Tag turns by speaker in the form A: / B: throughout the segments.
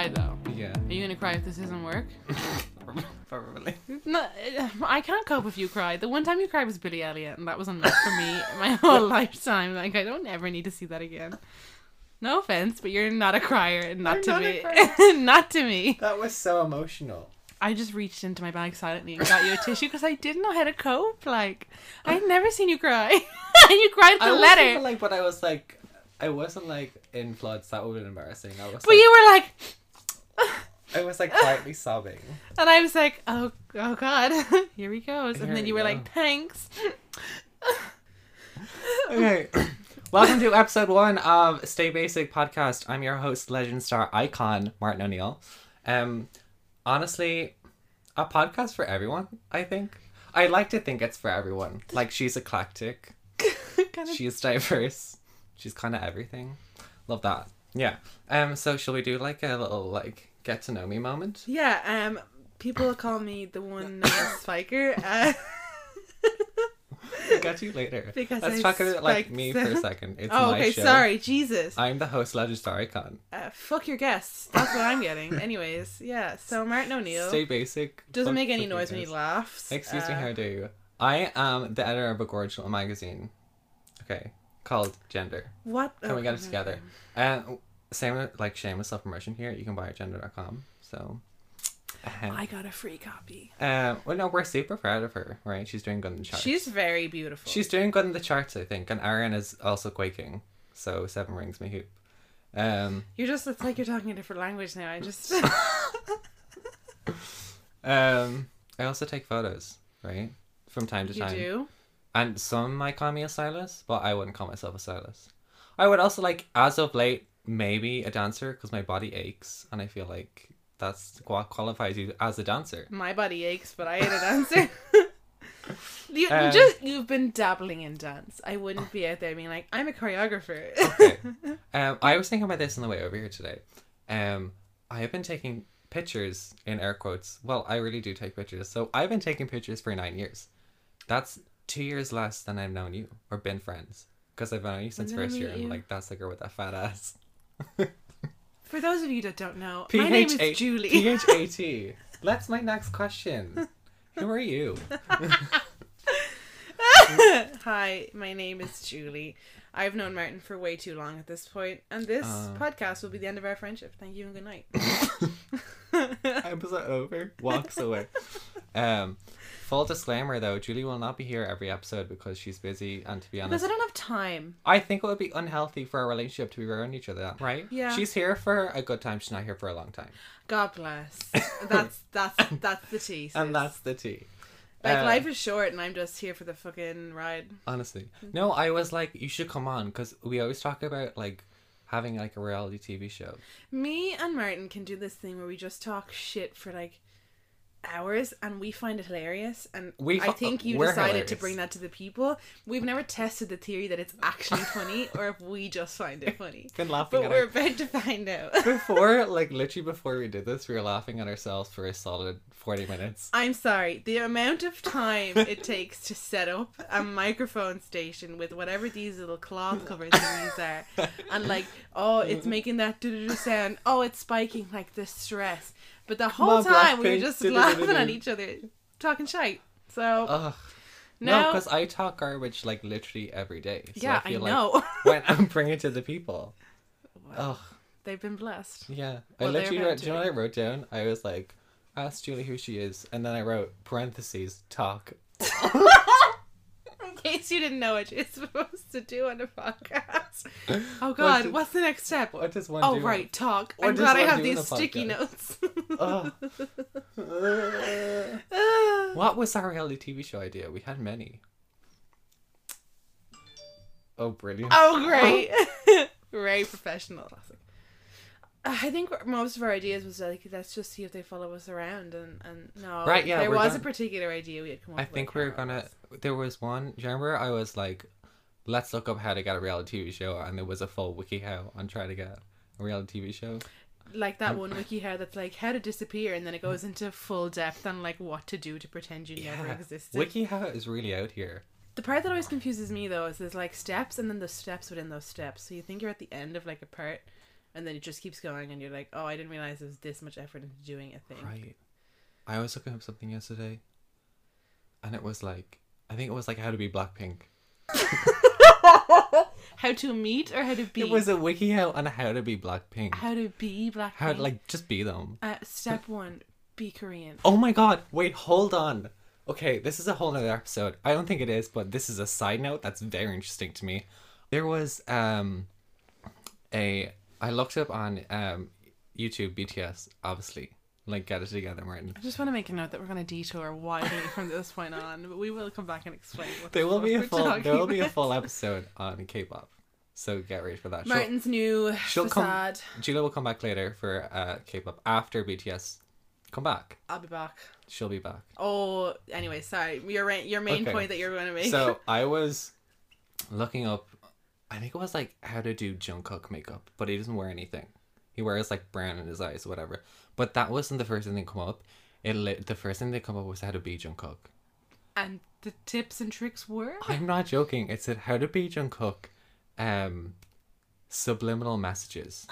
A: Yeah.
B: Are you gonna cry if this doesn't work?
A: Probably.
B: No, uh, I can't cope if you cry. The one time you cried was Billy Elliot, and that was enough for me my whole lifetime. Like I don't ever need to see that again. No offense, but you're not a crier, and not
A: I'm
B: to
A: not a
B: me, not to me.
A: That was so emotional.
B: I just reached into my bag silently and got you a tissue because I didn't know how to cope. Like I'd never seen you cry, and you cried
A: I
B: with a
A: wasn't
B: letter.
A: even, like, but I was like, I wasn't like in floods. That would have been embarrassing. I was.
B: But
A: like,
B: you were like,
A: I was like quietly sobbing.
B: and I was like, oh, oh God, here he goes. And
A: Here
B: then
A: we
B: you were
A: go.
B: like, thanks.
A: Okay. Welcome to episode one of Stay Basic Podcast. I'm your host, legend star icon Martin O'Neill. Um, honestly, a podcast for everyone. I think. I like to think it's for everyone. Like she's eclectic.
B: kind of
A: She's diverse. She's kind of everything. Love that. Yeah. Um. So shall we do like a little like get to know me moment?
B: Yeah, um, people call me the one known as Spiker. Uh,
A: We'll get you later.
B: Because
A: Let's
B: I
A: talk about like
B: spiked
A: me for a
B: them.
A: second. It's
B: oh,
A: my
B: okay,
A: show.
B: sorry, Jesus.
A: I'm the host, legend star icon.
B: Uh, fuck your guests. That's what I'm getting. Anyways, yeah. So Martin O'Neill
A: Stay basic.
B: doesn't
A: Fuck
B: make any
A: with
B: noise when he
A: guys.
B: laughs.
A: Excuse me,
B: Uh,
A: how dare you? I am the editor of a gorge little magazine. Okay, called Gender.
B: What?
A: Can we get it
B: Oh, okay.
A: together? Uh, same like shameless self promotion here. You can buy at gender.com. So, uh,
B: I got a free copy.
A: uh, well, no, we're super proud of her. Right? She's doing good in the charts.
B: She's very beautiful.
A: She's doing good in the charts, I think. And Aaron is also quaking. So seven rings me hoop. Um.
B: You're just. It's like you're talking a different language now. I just.
A: Um. I also take photos, right? From time to
B: you
A: time.
B: do.
A: and some might call me a stylist, but I wouldn't call myself a stylist. I would also like, as of late, maybe a dancer because my body aches, and I feel like that's what qualifies you as a dancer.
B: My body aches, but I had an answer. You
A: Um,
B: just you've been dabbling in dance. I wouldn't be out there being like, I'm a choreographer.
A: Okay. um, I was thinking about this on the way over here today. Um, I have been taking pictures in air quotes. Well, I really do take pictures, so I've been taking pictures for nine years. That's two years less than I've known you or been friends because I've known you since
B: did I
A: first year.
B: meet
A: and
B: you?
A: like that's the girl with that fat ass.
B: For those of you that don't know,
A: P
B: my name
A: H
B: is
A: A-
B: Julie.
A: P H A T. That's my next question. Who are you? Mm.
B: Hi, my name is Julie. I've known Martin for way too long at this point, and this
A: Uh.
B: podcast will be the end of our friendship. Thank you and good night.
A: Episode over. Walks away. Um, full disclaimer though, Julie will not be here every episode because she's busy, and to be
B: because
A: honest,
B: I don't have time.
A: I think it would be unhealthy for our relationship to be around each other, right?
B: Yeah.
A: She's here for a good time. She's not here for a long time,
B: God bless. That's that's that's the tea.
A: and
B: sis.
A: that's the tea.
B: like
A: uh,
B: life is short, and I'm just here for the fucking ride.
A: Honestly,
B: Mm-hmm.
A: no. I was like, you should come on because we always talk about like having like a reality TV show.
B: Me and Martin can do this thing where we just talk shit for like hours and we find it hilarious and
A: We
B: I
A: fi-
B: think you
A: we're
B: decided to
A: hilarious.
B: bring that to the people. We've never tested the theory that it's actually funny or if we just find it funny.
A: Been laughing
B: But
A: at her
B: we're about to find out.
A: before like literally before we did this we were laughing at ourselves for a solid 40 minutes
B: I'm sorry, the amount of time it takes to set up a microphone station with whatever these little cloth cover things are, and like, oh, it's making that doo sound, oh, it's spiking, like the stress. But the whole
A: on,
B: time we were
A: Blackpink,
B: just
A: doo-doo-doo-doo-doo.
B: laughing at each other, talking shite. So
A: Ugh. Uh, no
B: now,
A: because i talk garbage like literally every day so
B: yeah, I,
A: feel like
B: know
A: when i'm bringing to the people
B: Well,
A: oh
B: they've been blessed.
A: yeah
B: Well,
A: i
B: they're
A: literally
B: meant
A: wrote,
B: to
A: do you know what i wrote down i was like ask julie who she is and then i wrote parentheses talk
B: In case you didn't know what you're supposed to do on a podcast. Oh
A: What
B: God,
A: did-
B: what's the next step?
A: what does one
B: Oh
A: do
B: right, talk.
A: What
B: I'm
A: does
B: glad I
A: one
B: have
A: do in
B: these
A: a
B: sticky notes.
A: Ugh. Uh,
B: Ah.
A: what was our reality tv show idea we had many oh brilliant
B: oh great, very professional. I think what most of our ideas was like let's just see if they follow us around and and no
A: Right, yeah,
B: there
A: we're
B: was a
A: done.
B: particular idea we had come up
A: I
B: with.
A: think
B: I
A: we're
B: can't remember
A: gonna. There was one. Do you remember? I was like, let's look up how to get a reality TV show, and there was a full wiki how on try to get a reality TV show.
B: what it was. like that one wiki how that's like how to disappear and then it goes into full depth on like what to do to pretend you never existed.
A: wiki how is really out here.
B: The part that always confuses me though is there's like steps and then the steps within those steps. So you think you're at the end of like a part, and and then it just keeps going, and you're like, oh, I didn't realize there was this much effort into doing a thing.
A: Right. I was looking up something yesterday, and it was like I think it was like how to be Blackpink.
B: how to meet or how to be?
A: It was a wiki how on how to be Blackpink.
B: how to be black.
A: How to, like just be them.
B: uh, step one, be Korean.
A: Oh my god! Wait, hold on. Okay, this is a whole nother episode. I don't think it is, but this is a side note that's very interesting to me. There was um a I looked up on um YouTube BTS obviously like get it together Martin.
B: I just want to make a note that we're going to detour widely from this point on, but we will come back and explain. What the
A: There will
B: fuck
A: be a
B: we're
A: full
B: talking
A: there will be a
B: about.
A: full episode on K-pop, so get ready for that. She'll-
B: Martin's new
A: she'll come-
B: facade.
A: Gila will come back later for uh, K-pop after BTS. Come back.
B: I'll be back.
A: She'll be back.
B: Oh, anyway, sorry. Your ra- your main
A: Okay.
B: point that you're going to make.
A: So I was looking up. I think it was like how to do Jungkook makeup, but he doesn't wear anything. He wears like brown in his eyes, whatever. But that wasn't the first thing that come up. It li- the first thing that come up was how to be Jungkook.
B: and the tips and tricks were
A: I'm not joking. It said how to be Jungkook, um, subliminal messages.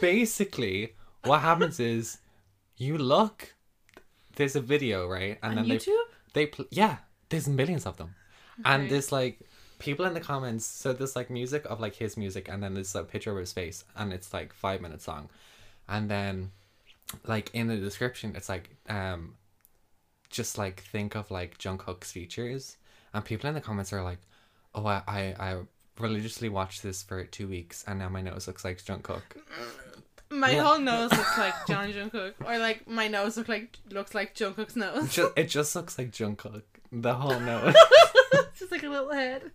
A: Basically, what happens is you look. There's a video, right? And
B: on
A: they-
B: YouTube.
A: they pl- yeah there's millions of them
B: Okay.
A: and there's like people in the comments so there's like music of like his music and then there's a picture of his face and it's like five minutes long and then like in the description it's like um just like think of like Jungkook's features and people in the comments are like oh I I, I religiously watched this for two weeks and now my nose looks like Jungkook
B: My
A: Yeah.
B: whole nose looks like John Jungkook, or like my nose look like looks like Jungkook's nose.
A: just, it just looks like Jungkook the whole nose
B: it's just like a little head.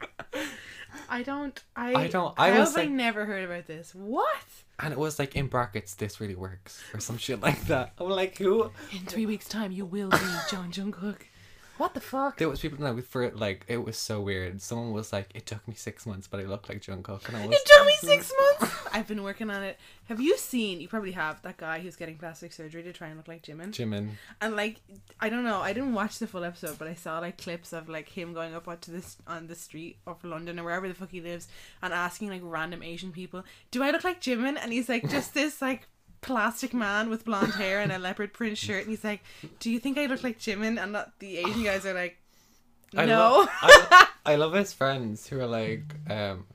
B: I don't. I,
A: I don't- I
B: how
A: was
B: have I
A: like-
B: never heard about this? What?
A: and it was like in brackets this really works or some shit like that I'm like who
B: In three weeks' time, you will be John Jungkook. What the fuck?
A: There was people that for it like it was so weird. Someone was like, "It took me six months, but I looked like Jungkook," and I was.
B: It took me six months. I've been working on it. Have you seen? You probably have that guy who's getting plastic surgery to try and look like Jimin.
A: Jimin.
B: and like I don't know, I didn't watch the full episode, but I saw like clips of like him going up onto this on the street of London or wherever the fuck he lives, and asking like random Asian people, "Do I look like Jimin?" And he's like, just this like plastic man with blonde hair and a leopard print shirt, and he's like, "Do you think I look like Jimin?" And not the Asian guys are like, "No."
A: I love, I, lo- I love his friends who are like, um,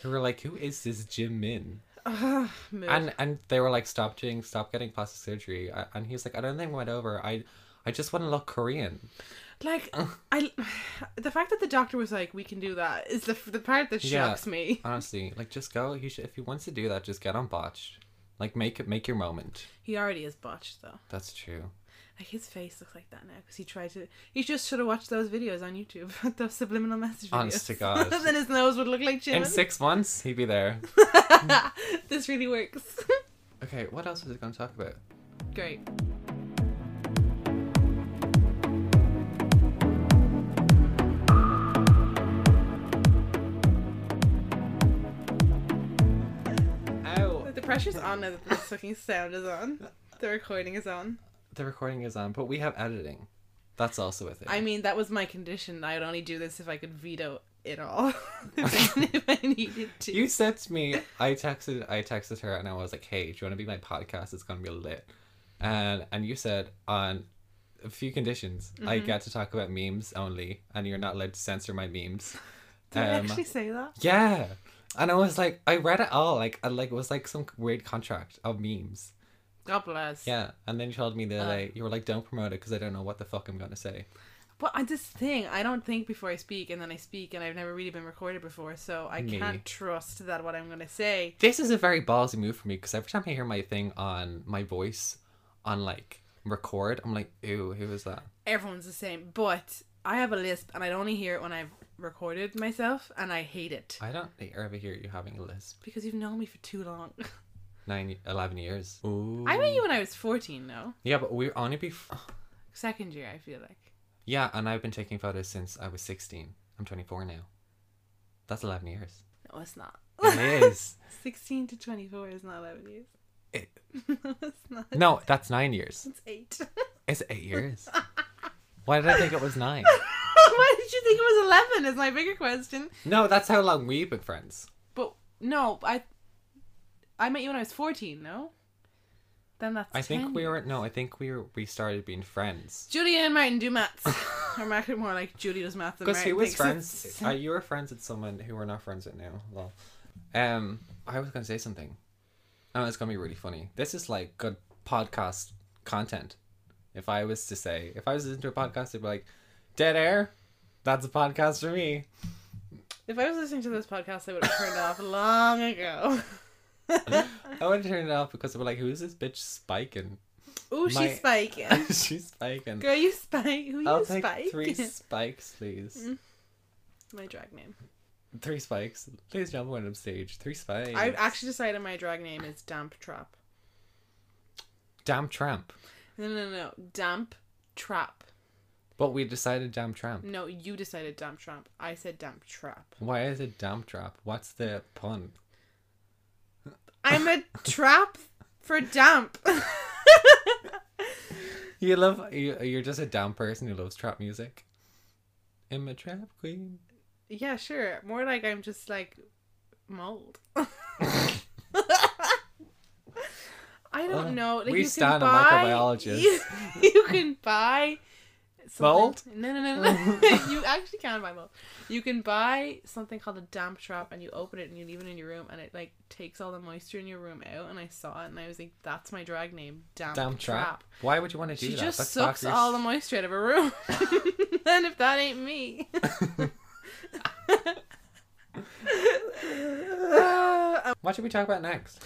A: who were like, "Who is this Jimin?"
B: Ugh, mood.
A: And and they were like, "Stop doing, stop getting plastic surgery." I, and he's like, "I don't think I went over. I, I just want to look Korean."
B: like I, the fact that the doctor was like, "We can do that," is the the part that
A: Yeah.
B: shocks me.
A: Honestly, like just go. He should, if he wants to do that, just get on botch. Like make it, make your moment.
B: He already is botched though.
A: That's true.
B: Like his face looks like that now because he tried to. He just should have watched those videos on YouTube, those subliminal message videos.
A: Honest to God.
B: then his nose would look like
A: In
B: Jimin.
A: six months, he'd be there.
B: this really works.
A: Okay, what else was I going to talk about?
B: Great.
A: Ow.
B: The pressure's on now that this fucking sound is on. The recording is on.
A: The recording is on, but we have editing. That's also a thing.
B: I mean, that was my condition. I would only do this if I could veto it all. if, I, if I needed to.
A: you said to me, I texted, I texted her, and I was like, "Hey, do you want to be my podcast? It's gonna be lit." And and you said on a few conditions, I get to talk about memes only, and you're not allowed to censor my memes.
B: Did I
A: um,
B: actually say that?
A: Yeah, and I was like, I read it all, like, I, like it was like some weird contract of memes.
B: God bless.
A: Yeah, and then you told me that
B: Uh.
A: like, you were like, "Don't promote it because I don't know what the fuck I'm gonna say."
B: But I this thing, I don't think before I speak, and then I speak, and I've never really been recorded before, so I
A: Me.
B: can't trust that what I'm gonna say.
A: this is a very ballsy move for me because every time I hear my thing on my voice on like record, I'm like, ew, who is that?
B: Everyone's the same, but I have a lisp, and I only hear it when I've recorded myself, and I hate it
A: I don't e-, ever hear you having a lisp.
B: because you've known me for too long.
A: Nine, 11 years. Ooh.
B: I met you when I was fourteen, no,
A: Yeah, but we're only be.
B: second year, I feel like.
A: Yeah, and I've been taking photos since I was 16. I'm 24 now. That's 11 years.
B: No, it's not.
A: It is.
B: Sixteen to twenty-four is not eleven years.
A: It-
B: no, it's not.
A: No, that's nine years.
B: It's eight.
A: It's eight years. Why did I think it was nine?
B: Why did you think it was eleven? Is my bigger question.
A: No, that's how long we've been friends.
B: But No, I I met you when I was 14, no? Then that's
A: I think
B: 10
A: we
B: years.
A: were no, I think we were, we started being friends.
B: Judy and Martin do maths. or Martin more like Judy does maths and
A: Because
B: Martin
A: who was
B: thinks
A: friends?
B: it's-
A: Uh, you were friends with someone who we're not friends with now. Lol. Um, I was gonna say something. Oh, it's gonna be really funny. This is like good podcast content. If I was to say, if I was listening to a podcast, it'd be like, "Dead air." That's a podcast for me.
B: If I was listening to this podcast, I would have turned off long ago.
A: I would have turned it off because I'd be like, "Who's this bitch spiking?
B: Ooh,
A: My-
B: she's spiking.
A: She's spiking."
B: Girl, you spike. Who
A: I'll
B: you
A: take
B: spike?
A: three spikes, please.
B: Mm. my drag name. Three
A: Three spikes. Please jump on up stage. Three spikes.
B: I actually decided my drag name is Damp Trap.
A: Damn tramp.
B: No, no, no. Damp Trap.
A: But we decided damn tramp.
B: No, you decided Damp Trap. I said Damp Trap.
A: Why is it damp trap? What's the pun?
B: I'm a trap for damp.
A: You love you, you're just a damn person who loves trap music. I'm a trap queen.
B: yeah, sure. More like I'm just like mold. I don't
A: Uh,
B: know. Like,
A: we
B: you
A: stand a
B: can buy, You,
A: microbiologist.
B: you can buy something-
A: Mold?
B: No, no, no, no. you actually can buy mold. You can buy something called a damp trap, and you open it and you leave it in your room, and it like takes all the moisture in your room out. And I saw it, and I was like, "That's my drag name, damp,
A: Damn trap.
B: trap.
A: Why would you want to do
B: She
A: that?
B: just
A: That's bad
B: sucks
A: for your
B: all the moisture out of her room. and if that ain't me.
A: What should we talk about next?